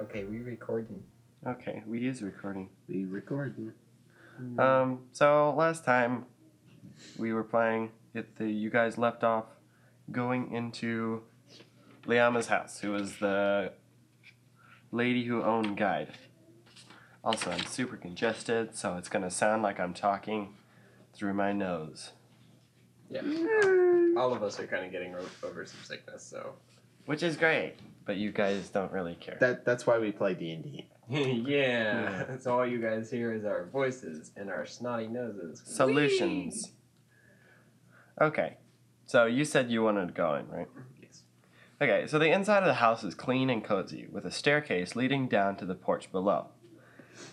Okay, we recording. Okay, we is recording. We recording. Um, so last time we were playing it the you guys left off going into Liama's house, who was the lady who owned guide. Also I'm super congested, so it's gonna sound like I'm talking through my nose. Yeah. All of us are kind of getting ro- over some sickness, so. Which is great, but you guys don't really care. That that's why we play D and D. yeah. Yeah. So all you guys hear is our voices and our snotty noses. Solutions. Okay. So you said you wanted to go in, right? Whee! Yes. Okay, so the inside of the house is clean and cozy, with a staircase leading down to the porch below.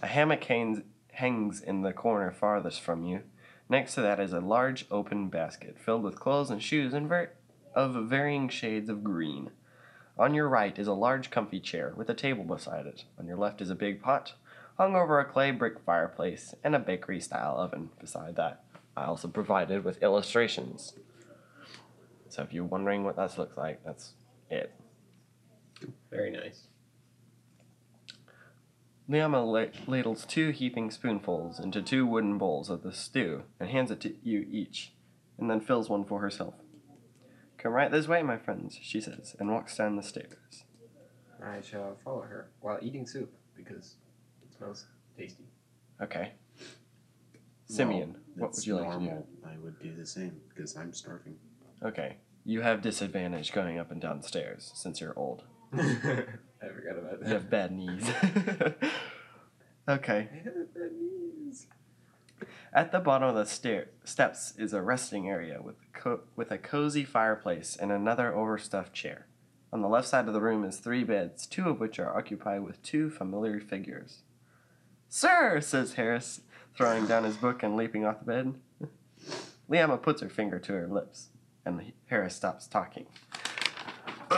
A hammock hangs, hangs in the corner farthest from you. Next to that is a large open basket filled with clothes and shoes in ver- of varying shades of green. On your right is a large comfy chair with a table beside it. On your left is a big pot, hung over a clay brick fireplace, and a bakery style oven beside that. I also provided with illustrations. So if you're wondering what that looks like, that's it. Very nice. Liama la- ladles two heaping spoonfuls into two wooden bowls of the stew and hands it to you each, and then fills one for herself. Come right this way, my friends, she says, and walks down the stairs. I shall follow her while eating soup because it smells tasty. Okay. Simeon, what would That's you like normal. I would do the same because I'm starving. to do? Okay. You have disadvantage going up and down stairs since you're old. I forgot about You that. have bad knees. okay. I have bad knees. At the bottom of the stair steps is a resting area with co- with a cozy fireplace and another overstuffed chair. On the left side of the room is three beds, two of which are occupied with two familiar figures. Sir, says Harris, throwing down his book and leaping off the bed. Liama puts her finger to her lips, and Harris stops talking.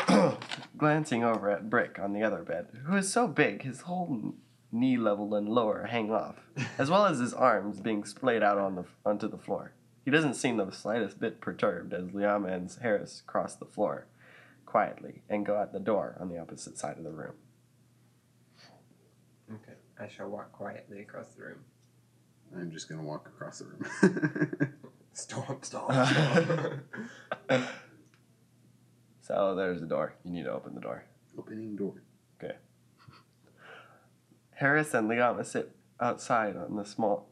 Glancing over at Brick on the other bed, who is so big his whole knee level and lower hang off as well as his arms being splayed out on the onto the floor. He doesn't seem the slightest bit perturbed as Liam and Harris cross the floor quietly and go out the door on the opposite side of the room. Okay. I shall walk quietly across the room. I'm just gonna walk across the room. Stomp, stomp, stomp. So there's the door. You need to open the door. Opening door. Harris and Liama sit outside on the small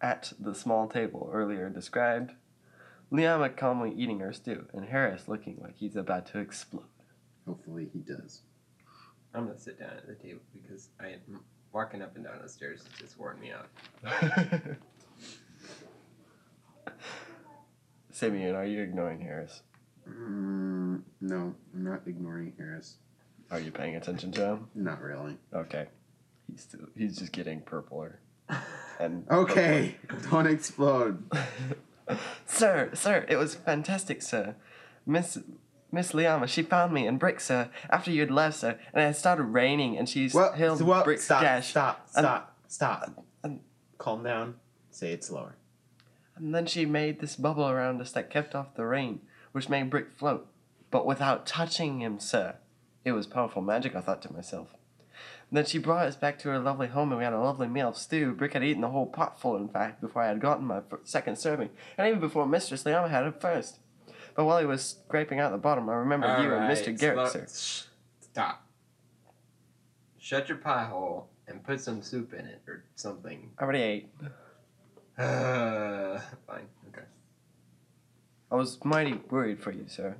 at the small table earlier described. Liama calmly eating her stew, and Harris looking like he's about to explode. Hopefully he does. I'm gonna sit down at the table because I am walking up and down the stairs is just worn me out. Simeon, are you ignoring Harris? Mm, no, I'm not ignoring Harris. Are you paying attention to him? Not really. Okay. He's still, he's just getting purpler and Okay, don't explode. purpler. sir, sir, it was fantastic, sir. Miss Miss Liama, she found me in Brick, sir, after you'd left, sir, and it started raining and she's Well, hailed so, well Brick's stop, dash. stop, Um, stop, stop. um, Calm down. Say it slower. And then she made this bubble around us that kept off the rain, which made Brick float, but without touching him, sir. It was powerful magic, I thought to myself. And then she brought us back to her lovely home, and we had a lovely meal of stew. Brick had eaten the whole potful, in fact, before I had gotten my fir- second serving, and even before Mistress Liama had it first. But while he was scraping out the bottom, I remembered you and Mr. Garrett, sir. sir. Stop. Shut your pie hole and put some soup in it or something. I already ate. Uh, fine. Okay. I was mighty worried for you, sir.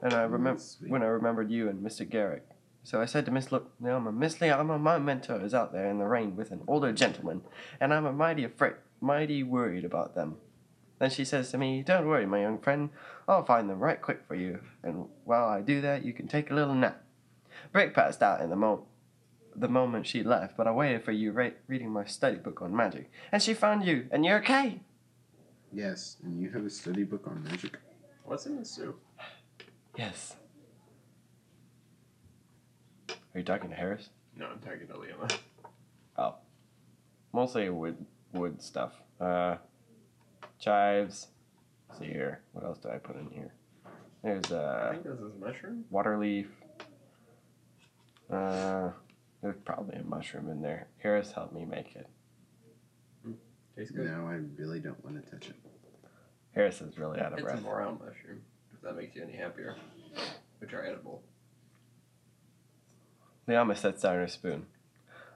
And I Mm, remember sweet. when I remembered you and Mr. Garrick. So I said to Miss Lo- Liama, Miss Liama, my mentor is out there in the rain with an older gentleman, and I'm a mighty afraid, mighty worried about them. Then she says to me, Don't worry, my young friend, I'll find them right quick for you, and while I do that, you can take a little nap. Brick passed out in the moment. The moment she left, but I waited for you re- reading my study book on magic, and she found you, and you're okay. Yes, and you have a study book on magic. What's in the soup? Yes. Are you talking to Harris? No, I'm talking to Liam. Mostly wood wood stuff. Uh, chives. Let's see here. What else did I put in here? There's I uh, think this is mushroom. water leaf. Uh, There's probably a mushroom in there. Iris helped me make it. Tastes good. No, I really don't want to touch it. Iris is really out of It's a breath. brown mushroom, if that makes you any happier, which are edible. Liama sets down her spoon.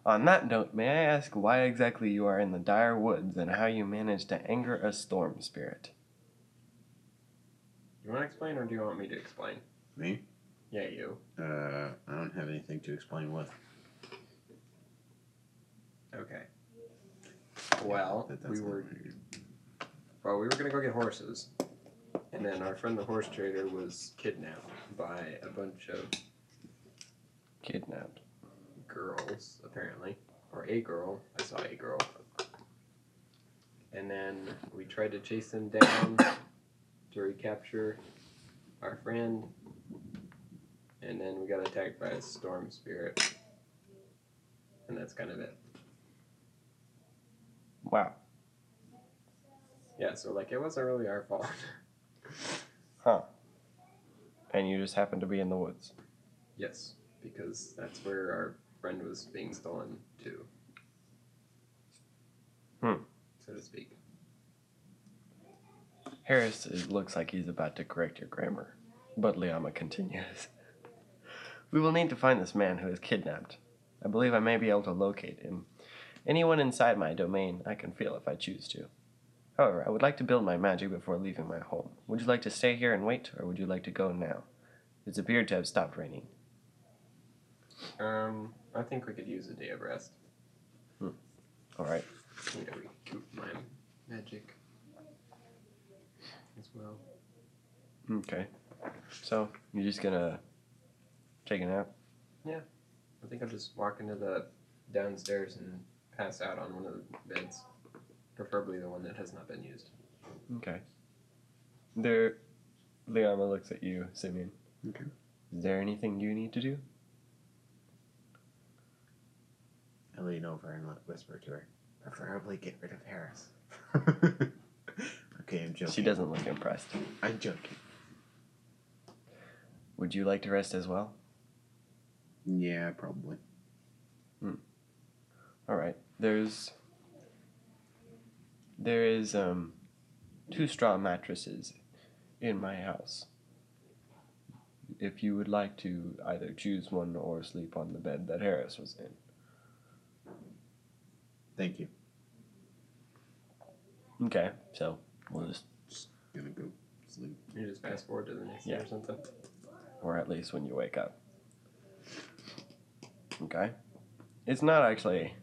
On that note, may I ask why exactly you are in the dire woods and how you managed to anger a storm spirit? You want to explain, or do you want me to explain? Me? Yeah, you. Uh, I don't have anything to explain with. Okay. Well, That- we not were what you're- well, we were gonna go get horses, and then our friend the horse trader was kidnapped by a bunch of Kidnapped. girls, apparently, or a girl. I saw a girl. And then we tried to chase them down to recapture our friend. And then we got attacked by a storm spirit. And that's kind of it. Wow. Yeah, so like it wasn't really our fault. Huh. And you just happened to be in the woods. yes, because that's where our friend was being stolen to. Hmm. So to speak. Harris is, looks like he's about to correct your grammar, but Liama continues. We will need to find this man who is kidnapped. I believe I may be able to locate him. Anyone inside my domain I can feel if I choose to. However, I would like to build my magic before leaving my home. Would you like to stay here and wait, or would you like to go now? It's appeared to have stopped raining. Um, I think we could use a day of rest. All right. you know, recoup my magic as well. Okay. So you're just gonna take a nap. I think I'll just walk into the downstairs and pass out on one of the beds, preferably the one that has not been used. Okay. There, Liama looks at you, Simeon. Okay. Is there anything you need to do? I lean over and wh- whisper to her, preferably get rid of Harris. okay, I'm joking. She doesn't look impressed. I'm joking. Would you like to rest as well? Yeah, probably. All right. There's there is um two straw mattresses in my house. If you would like to either choose one or sleep on the bed that Harris was in. Thank you. Okay. So, we'll just Gonna go sleep. You just fast forward to the next day Yeah. or something. or at least when you wake up. Okay? It's not actually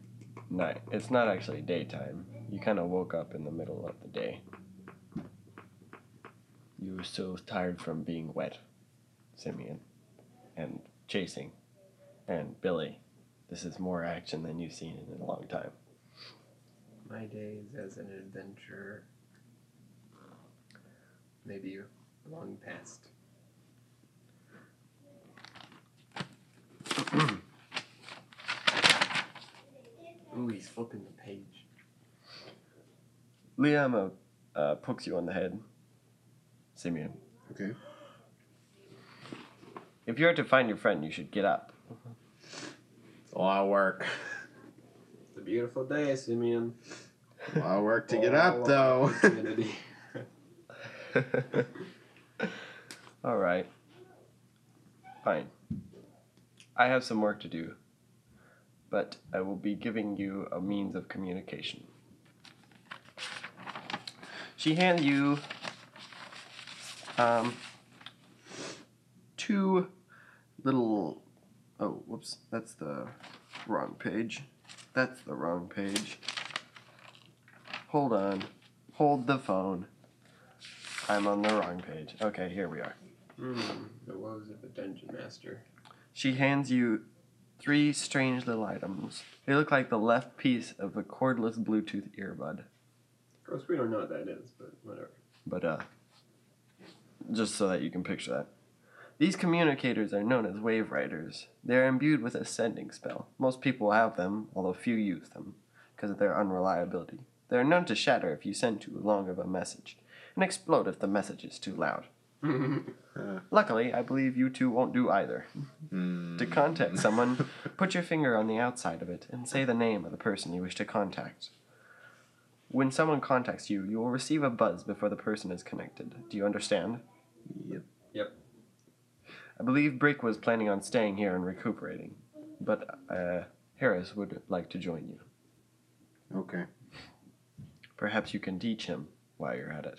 night. It's not actually daytime. You kind of woke up in the middle of the day. You were so tired from being wet, Simeon, and chasing, and Billy. This is more action than you've seen in a long time. My days as an adventurer. Maybe long past. Ooh, he's flipping the page. Liam uh, uh, pokes you on the head, Simeon. Okay. If you are to find your friend, you should get up. It's a lot of work. It's a beautiful day, Simeon. A lot of work to get Oh, up, though. opportunity. All right. Fine. I have some work to do, but I will be giving you a means of communication. She hands you um, two little. Oh, whoops. That's the wrong page. That's the wrong page. Hold on. Hold the phone. I'm on the wrong page. Okay, here we are. Hmm, the woes of a dungeon master. She hands you three strange little items. They look like the left piece of the cordless Bluetooth earbud, Of course, we don't know what that is, but whatever. but uh, just so that you can picture that. These communicators are known as wave riders. They are imbued with a sending spell. Most people have them, although few use them, because of their unreliability. They are known to shatter if you send too long of a message, and explode if the message is too loud. Uh, Luckily, I believe you two won't do either. hmm. To contact someone, put your finger on the outside of it and say the name of the person you wish to contact. When someone contacts you, you will receive a buzz before the person is connected. Do you understand? Yep. I believe Brick was planning on staying here and recuperating, but uh, Harris would like to join you. Okay. Perhaps you can teach him while you're at it.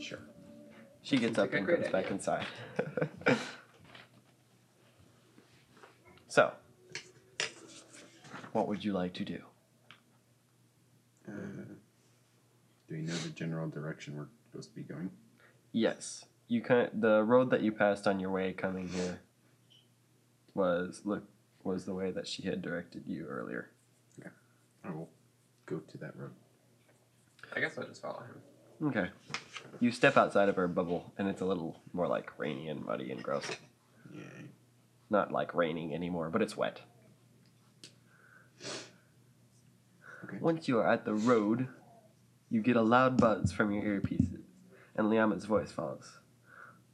Sure. She gets up like a and great goes back inside. so, what would you like to do? Uh, do we know the general direction we're supposed to be going? Yes, you can. The road that you passed on your way coming here was look was the way that she had directed you earlier. I will go to that road. I guess I'll just follow him. Okay. You step outside of her bubble, and it's a little more like rainy and muddy and gross. Yay. Not like raining anymore, but it's wet. Okay. Once you are at the road, you get a loud buzz from your earpieces, and Liama's voice follows.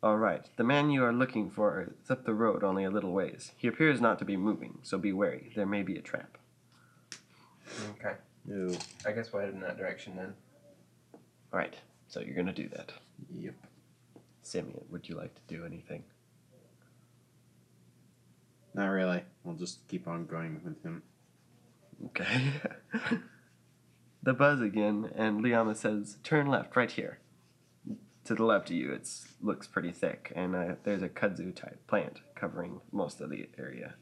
All right, the man you are looking for is up the road only a little ways. He appears not to be moving, so be wary. There may be a trap. Okay. No. I guess we'll head in that direction then. All right, so you're gonna do that. Yep. Simeon, would you like to do anything? Not really. We'll just keep on going with him. Okay. the buzz again, and Liama says, "Turn left, right here." To the left of you, it looks pretty thick, and uh, there's a kudzu type plant covering most of the area.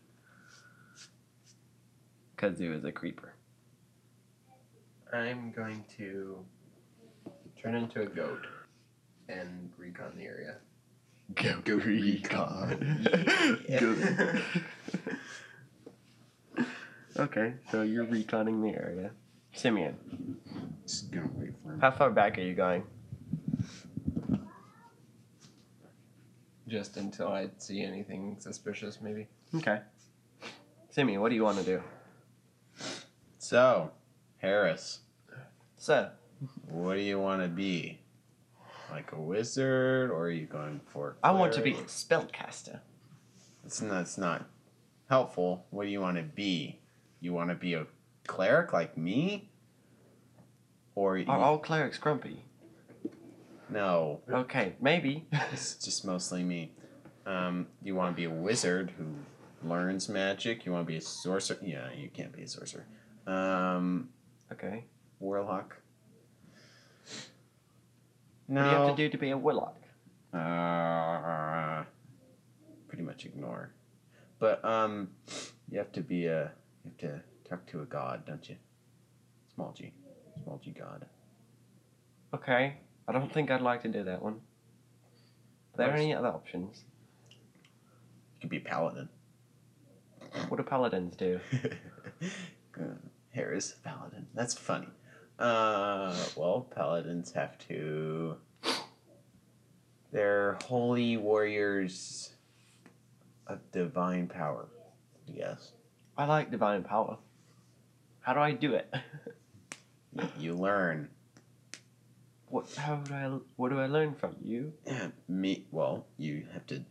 Kudzu is a creeper. I'm going to turn into a goat and recon the area. Go, Goat recon. Yeah. okay, so you're reconning the area. Simeon, Just gonna wait for him. how far back are you going? Just until I see anything suspicious, maybe. Okay. Simeon, what do you want to do? So, Harris, So, what do you want to be? Like a wizard, or are you going for? I want to be cleric? a spellcaster. It's not, it's not helpful. What do you want to be? You want to be a cleric like me? Or you, Are all clerics grumpy? no, Okay, maybe. it's just mostly me. Um, you want to be a wizard who learns magic. You want to be a sorcerer. Yeah, you can't be a sorcerer. Um, okay. warlock. What do you have No. to do to be a warlock? Uh, pretty much ignore. But um, you have to be a you have to talk to a god, don't you? Small g, small g god. Okay, I don't think I'd like to do that one. Are there Nice. any other options? You could be a paladin. What do paladins do? Harris paladin. That's funny. Uh, well, paladins have to. They're holy warriors of divine power. Yes, I like divine power. How do I do it? Y- you learn. What? How do I? What do I learn from you? Yeah, me. Well, you have to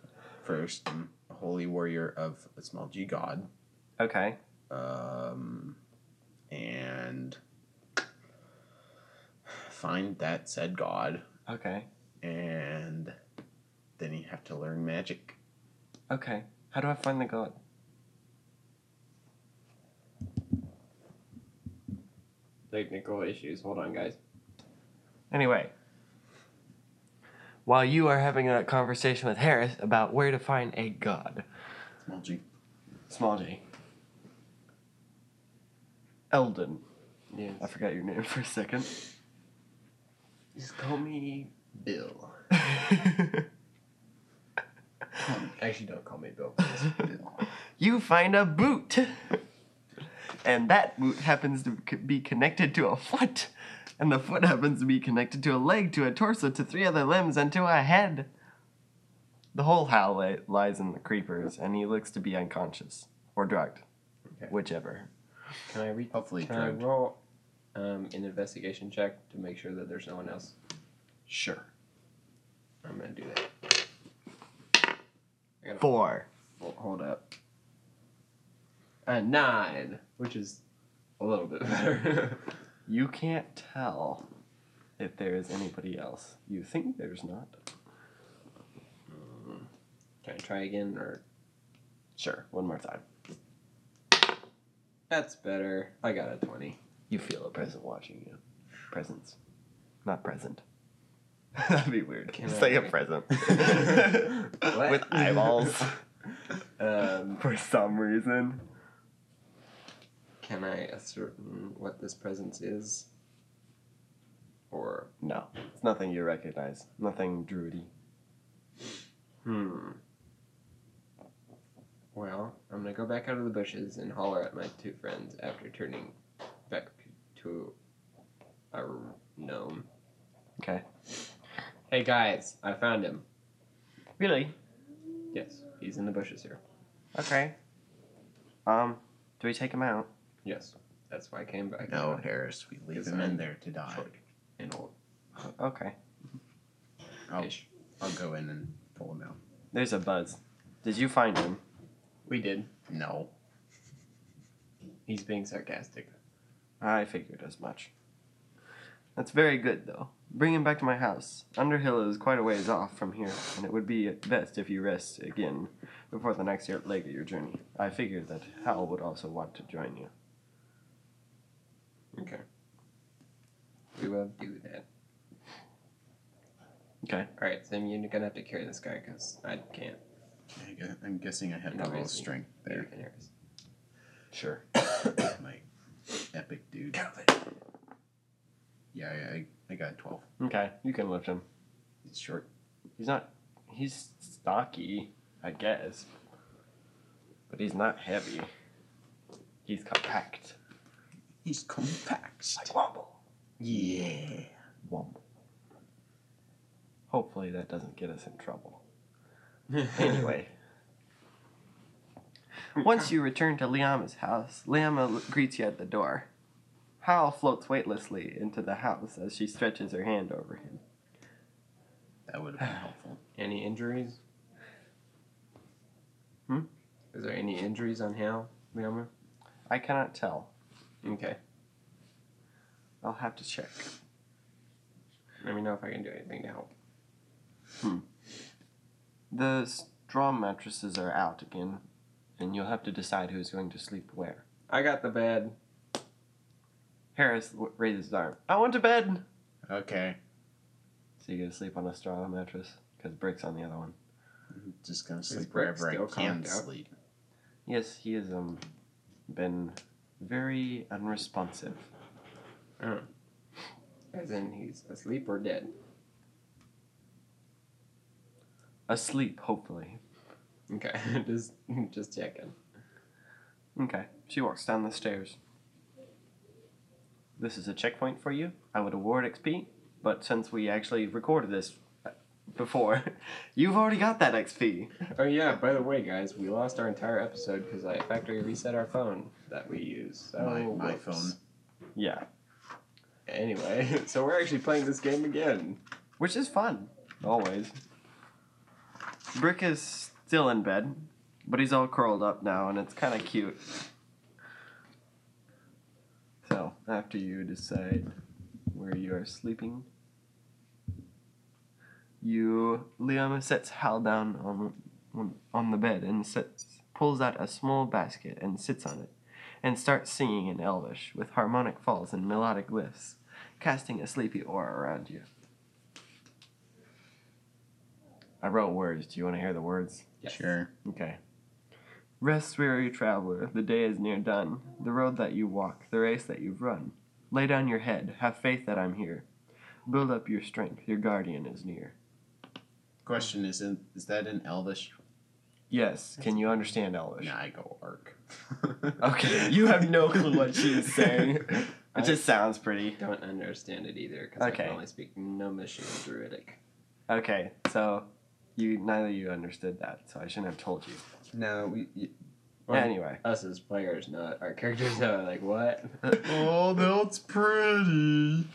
first um, holy warrior of a small g god, Okay. um, and find that said god, Okay. and then you have to learn magic. Okay. How do I find the god? Technical issues. Hold on, guys. Anyway, while you are having a conversation with Harris about where to find a god, Small g. small g, Eldon. Yeah. I forgot your name for a second. Just call me Bill. Actually, don't call me Bill. you find a boot. And that boot happens to c- be connected to a foot. And the foot happens to be connected to a leg, to a torso, to three other limbs, and to a head. The whole Hal li- lies in the creepers, and he looks to be unconscious or drugged, Okay. whichever. Can I read? Hopefully, Can I drugged. roll um, an investigation check to make sure that there's no one else? Sure. I'm gonna do that. I got a Four. Hold, hold up. A nine, which is a little bit better. You can't tell if there is anybody else. You think there's not. Can I try again, or Sure, one more time. that's better? I got a twenty. You feel a present watching you. Presence. Not present. That'd be weird. Can it's I- like a present. What? With eyeballs Um, for some reason. can I ascertain what this presence is? Or No. It's nothing you recognize. Nothing druidy. hmm. Well, I'm gonna go back out of the bushes and holler at my two friends after turning back to a gnome. Okay. Hey guys, I found him. Really? Yes, he's in the bushes here. Okay. Um, do we take him out? Yes, that's why I came back. No, Harris, we leave Yes, I'm him in there to die. short and old Okay. I'll, fish. I'll go in and pull him out. There's a buzz. Did you find him? We did. No. He's being sarcastic. I figured as much. That's very good, though. Bring him back to my house. Underhill is quite a ways off from here, and it would be best if you rest again before the next year- leg of your journey. I figured that Hal would also want to join you. Okay. We will do that. Okay. All right, Sam, you're gonna have to carry this guy because I can't. I gu- I'm guessing I have No, no real it's- strength You there. can hear us. Sure. My epic dude. Yeah, I, I, I got 12. Okay. You can lift him. It's short. He's not. He's stocky, I guess. But he's not heavy. He's compact. He's compact. Womble. Yeah. Womble. Hopefully that doesn't get us in trouble. Anyway. Once you return to Liama's house, Liama greets you at the door. Hal floats weightlessly into the house as she stretches her hand over him. That would have been helpful. any injuries? Hmm? Is there any injuries on Hal, Liama? I cannot tell. Okay. I'll have to check. Let me know if I can do anything to help. The straw mattresses are out again, and you'll have to decide who's going to sleep where. I got the bed. Harris w- raises his arm. I want to bed! Okay. So you're going to sleep on a straw mattress? Because Brick's on the other one. I'm just going to Is sleep Brick wherever still I can conked out? sleep. Yes, he has um, been very unresponsive. Oh. As in, he's asleep or dead. Asleep, hopefully. Okay, just just checking. Okay. She walks down the stairs. This is a checkpoint for you. I would award XP, but since we actually recorded this uh, before, you've already got that XP. Oh yeah, by the way, guys, we lost our entire episode because I factory reset our phone that we use. So my, my whoops. phone. Yeah. Anyway, so we're actually playing this game again. Which is fun, always. Brick is still in bed, but he's all curled up now, and it's kind of cute. So, after you decide where you are sleeping, you Liam sets Hal down on on the bed and sits, pulls out a small basket and sits on it, and starts singing in Elvish with harmonic falls and melodic lifts, casting a sleepy aura around you. I wrote words. Do you want to hear the words? Yes. Sure. Okay. Rest, weary traveler, the day is near done. The road that you walk, the race that you've run. Lay down your head, have faith that I'm here. Build up your strength, your guardian is near. Question is, in, is that in Elvish? Yes, can you understand Elvish? Nah, I go Ark. Okay, you have no clue what she is saying. It just sounds pretty. Don't understand it either because I can Okay. only speak Gnomish and Druidic. Okay, so you neither of you understood that, so I shouldn't have told you. No, we. y- Well, Anyway, Us as players, not our characters. Are like what? oh, that's pretty.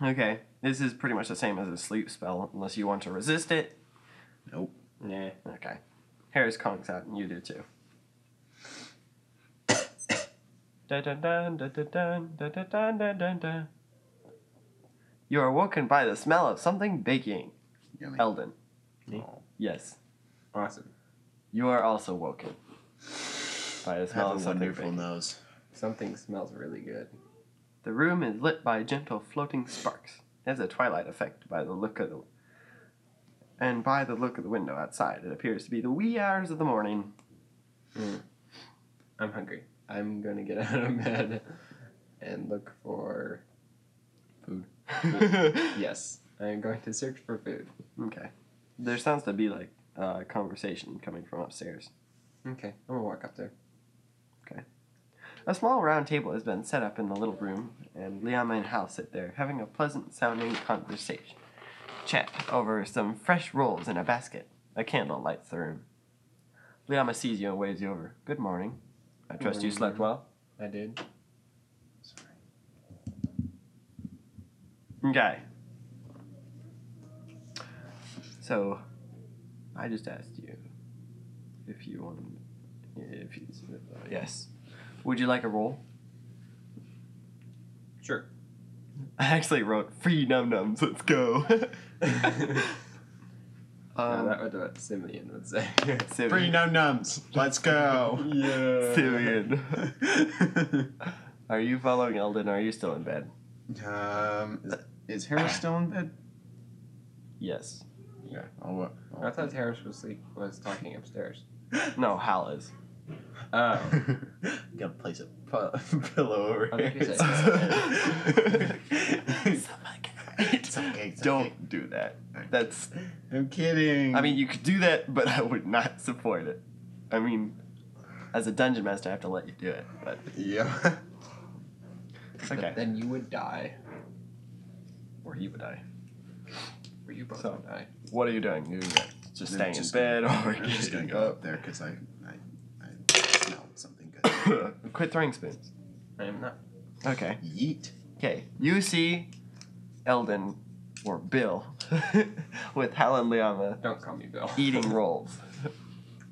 okay, This is pretty much the same as a sleep spell, unless you want to resist it. Nope. Nah. Okay. Harry's conks out, and you do too. Dun, dun, dun, dun, dun, dun, dun, dun, dun, dun, dun, dun. You are woken by the smell of something baking. Yummy. Eldon. Oh. Yes. Awesome. You are also woken by the I have smell a of something wonderful baking. nose. Something smells really good. The room is lit by gentle floating sparks. It has a twilight effect by the look of the and by the look of the window outside, it appears to be the wee hours of the morning. I'm hungry. I'm gonna get out of bed and look for. yeah. Yes, I'm going to search for food. Okay. There sounds to be like a conversation coming from upstairs. Okay, I'm gonna walk up there. A small round table has been set up in the little room, and Liam and Hal sit there having a pleasant sounding conversation. Chat over some fresh rolls in a basket. A candle lights the room. Liama sees you and waves you over. Good morning. I trust you slept well. I did. Sorry. Okay. So, I just asked you if you want. If you, uh, yes. Would you like a roll? Sure. I actually wrote free num nums. Let's go. Um, um, that would what Simeon would say. Simeon. Free num nums. Let's go. yeah. Simeon. Are you following Eldon? Or are you still in bed? um, is, is Harry still in bed? Yes. Yeah. I'll, uh, wa- I'll, I thought Harris was sleep was talking upstairs. No, Hal is. Oh. Gotta place a pu- pillow over I here. think you It's It's okay, it's Don't okay. do that. okay. That's. I'm kidding. I mean, you could do that, but I would not support it. I mean, as a dungeon master, I have to let you do it. But yeah. it's okay. Then you would die, Or he would die. or you both So- would die. What are you doing? You're just I'm staying just in bed, or I'm just gonna getting go up. up there because I, I, I smelled something good. Quit throwing spoons. I am not. Okay. Yeet. Okay, you see Eldon, or Bill, with Helen Liama Don't call me Bill. eating rolls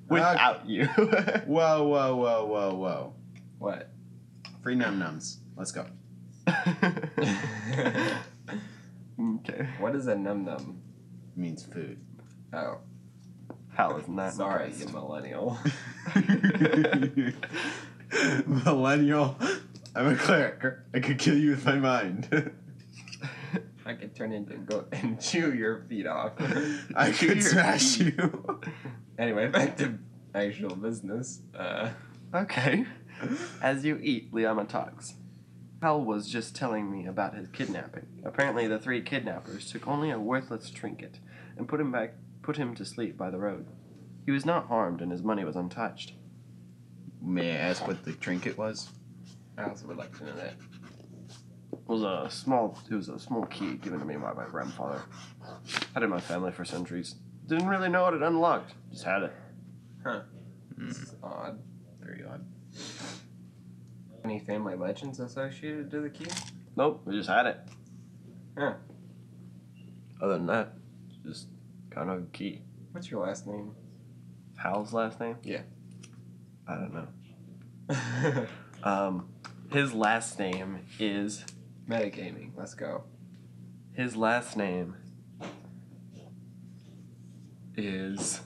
without you. Whoa, whoa, whoa, whoa, whoa. What? Free num nums. Let's go. okay. what is a num num? Means food. Oh, Hal is not sorry, impressed. you millennial. Millennial. I'm a cleric. I could kill you with my mind. I could turn into a goat and chew your feet off. I Chew could your smash feet. you. anyway, back to actual business. Uh, Okay. As you eat, Liama talks. Hal was just telling me about his kidnapping. Apparently, the three kidnappers took only a worthless trinket and put him back, put him to sleep by the road. He was not harmed, and his money was untouched. May I ask what the trinket was? I also would like to know that. was a small it was a small key given to me by my grandfather. Had it in my family for centuries. Didn't really know what it unlocked. Just had it. Hmm. This is odd. Very odd. Any family legends associated to the key? Nope, we just had it. Huh. Other than that, just kind of a key. What's your last name? Hal's last name? Yeah. I don't know. Um his last name is Metagaming. Let's go. his last name is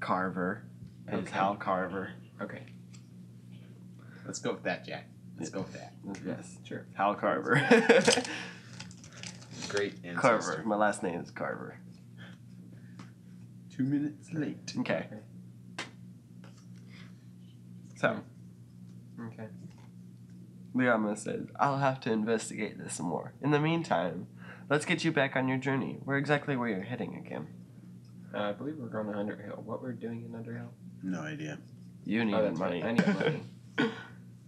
Carver. It's Okay. Hal Carver. Okay. Let's go with that, Jack. Let's go with that. Yes. Sure. Hal Carver. Great answer. Carver. My last name is Carver. Two minutes late. Okay. So, Okay. Liama said, I'll have to investigate this some more. In the meantime, let's get you back on your journey. We're exactly where you're heading again. Uh, I believe we're going to Underhill. What we're doing in Underhill? No idea. You need oh, that's money. right. I need money.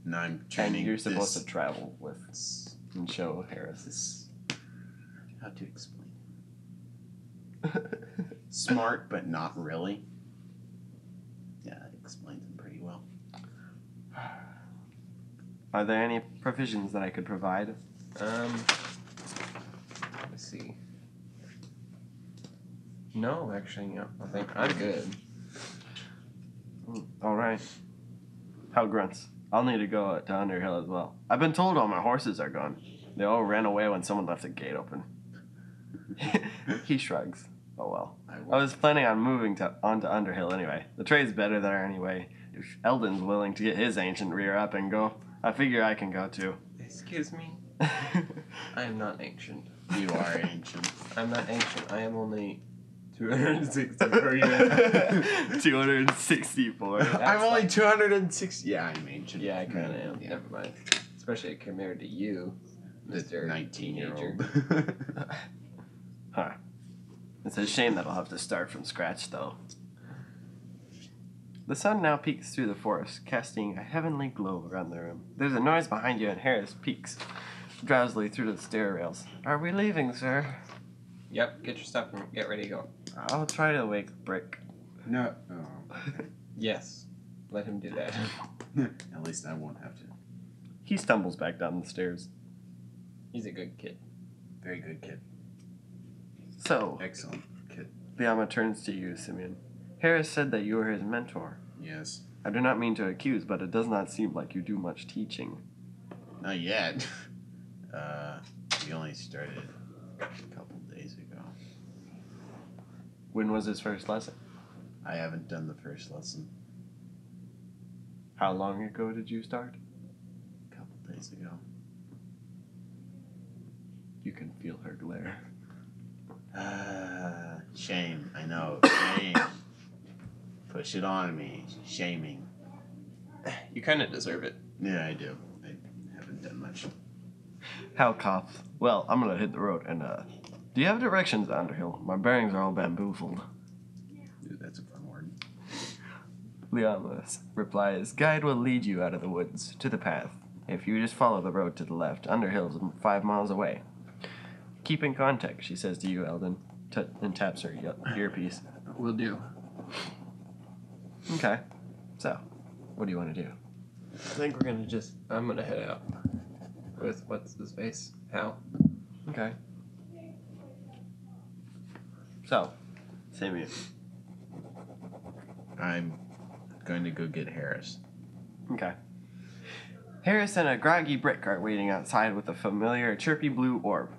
No, I'm and training. you're supposed this. to travel with and show Harris. This. How to explain? Smart, but not really. Yeah, that explains it pretty well. Are there any provisions that I could provide? Um, Let's see. no, actually, no. I think I'm good. Hmm, All right. Hell grunts. I'll need to go to Underhill as well. I've been told all my horses are gone. They all ran away when someone left the gate open. he shrugs. Oh well. I I was planning on moving to onto Underhill anyway. The trade's better there anyway. If Eldon's willing to get his ancient rear up and go, I figure I can go too. Excuse me. I am not ancient. You are ancient. I'm not ancient. I am only 264 years. 264. I'm only like- 260. Yeah, I'm ancient. yeah, I kind of am. Yeah. Never mind. Especially compared to you, The Mister 19 year teenager. old. It's a shame that I'll have to start from scratch, though. The sun now peeks through the forest, casting a heavenly glow around the room. There's a noise behind you, and Harris peeks drowsily through the stair rails. Are we leaving, sir? Yep. Get your stuff and get ready to go. I'll try to wake Brick. no. oh, Yes. Let him do that. At least I won't have to. He stumbles back down the stairs. He's a good kid. Very good kid. So, Excellent kid. Liama turns to you, Simeon. Harris said that you were his mentor. Yes. I do not mean to accuse, but it does not seem like you do much teaching. Not yet. Uh, we only started a couple days ago. When was his first lesson? I haven't done the first lesson How long ago did you start? a couple days ago. You can feel her glare. Uh, shame. I know. Shame. Push it on me. Shaming. You kind of deserve it. Yeah, I do. I haven't done much. Hal coughs. Well, I'm gonna hit the road and uh do you have directions to Underhill? My bearings are all bamboozled. Dude, that's a fun word. Liamas replies, Guide will lead you out of the woods to the path. If you just follow the road to the left, Underhill's five miles away. Keep in contact, she says to you, Eldon, t- and taps her ear- earpiece. Will do. Okay, so what do you want to do? I think we're gonna just. I'm gonna head out with what's his face? How? Okay. So, Simeon. I'm going to go get Harris. Okay. Harris and a groggy brick are waiting outside with a familiar chirpy blue orb.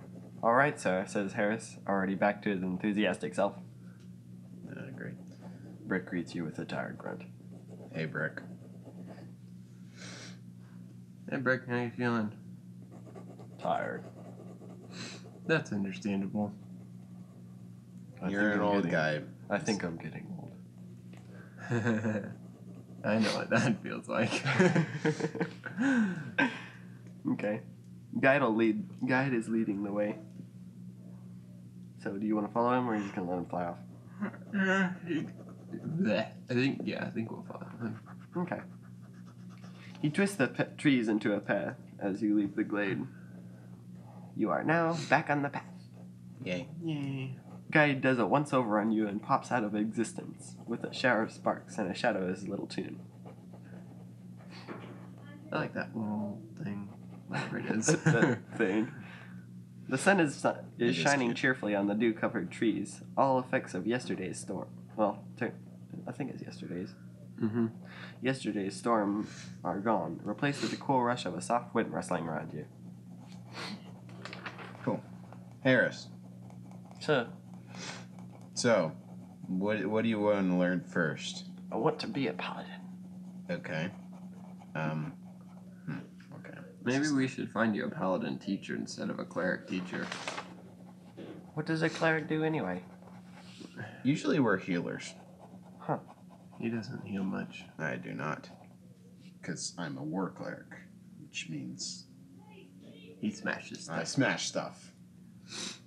All right, sir, says Harris, already back to his enthusiastic self. Uh, great. Brick greets you with a tired grunt. Hey, Brick. Hey, Brick, how you feeling? Tired. That's understandable. I You're an think I'm old getting- guy. I think I'm getting old. I know what that feels like. Okay. Guide'll lead. Guide is leading the way. So, do you want to follow him, or are you just gonna let him fly off? Bleh. I think yeah, I think we'll follow him. Okay. You twist the pe- trees into a path as you leave the glade. You are now back on the path. Yay. Yay. Guy does a once over on you and pops out of existence with a shower of sparks and a shadow as a little tune. I like that little thing, whatever it is. that thing. The sun is, su- It is is shining cute. cheerfully on the dew covered trees, all effects of yesterday's storm. Well, ter- I think it's yesterday's. mm-hmm. Yesterday's storm are gone, replaced with the cool rush of a soft wind rustling around you. Harris. So, So, what what do you want to learn first? I want to be a paladin. Okay. Um. hmm, Okay. Maybe we should find you a paladin teacher instead of a cleric teacher. What does a cleric do anyway? Usually we're healers. He doesn't heal much. I do not, because I'm a war cleric, which means He smashes I stuff. smash stuff.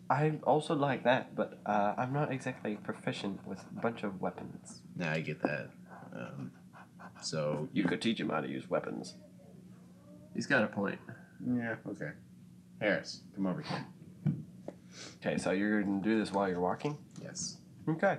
I also like that, but uh, I'm not exactly proficient with a bunch of weapons. Now I get that. Um, so You could teach him how to use weapons. He's got a point. yeah. Okay. Harris, come over here. Okay, so you're gonna do this while you're walking? Yes. Okay.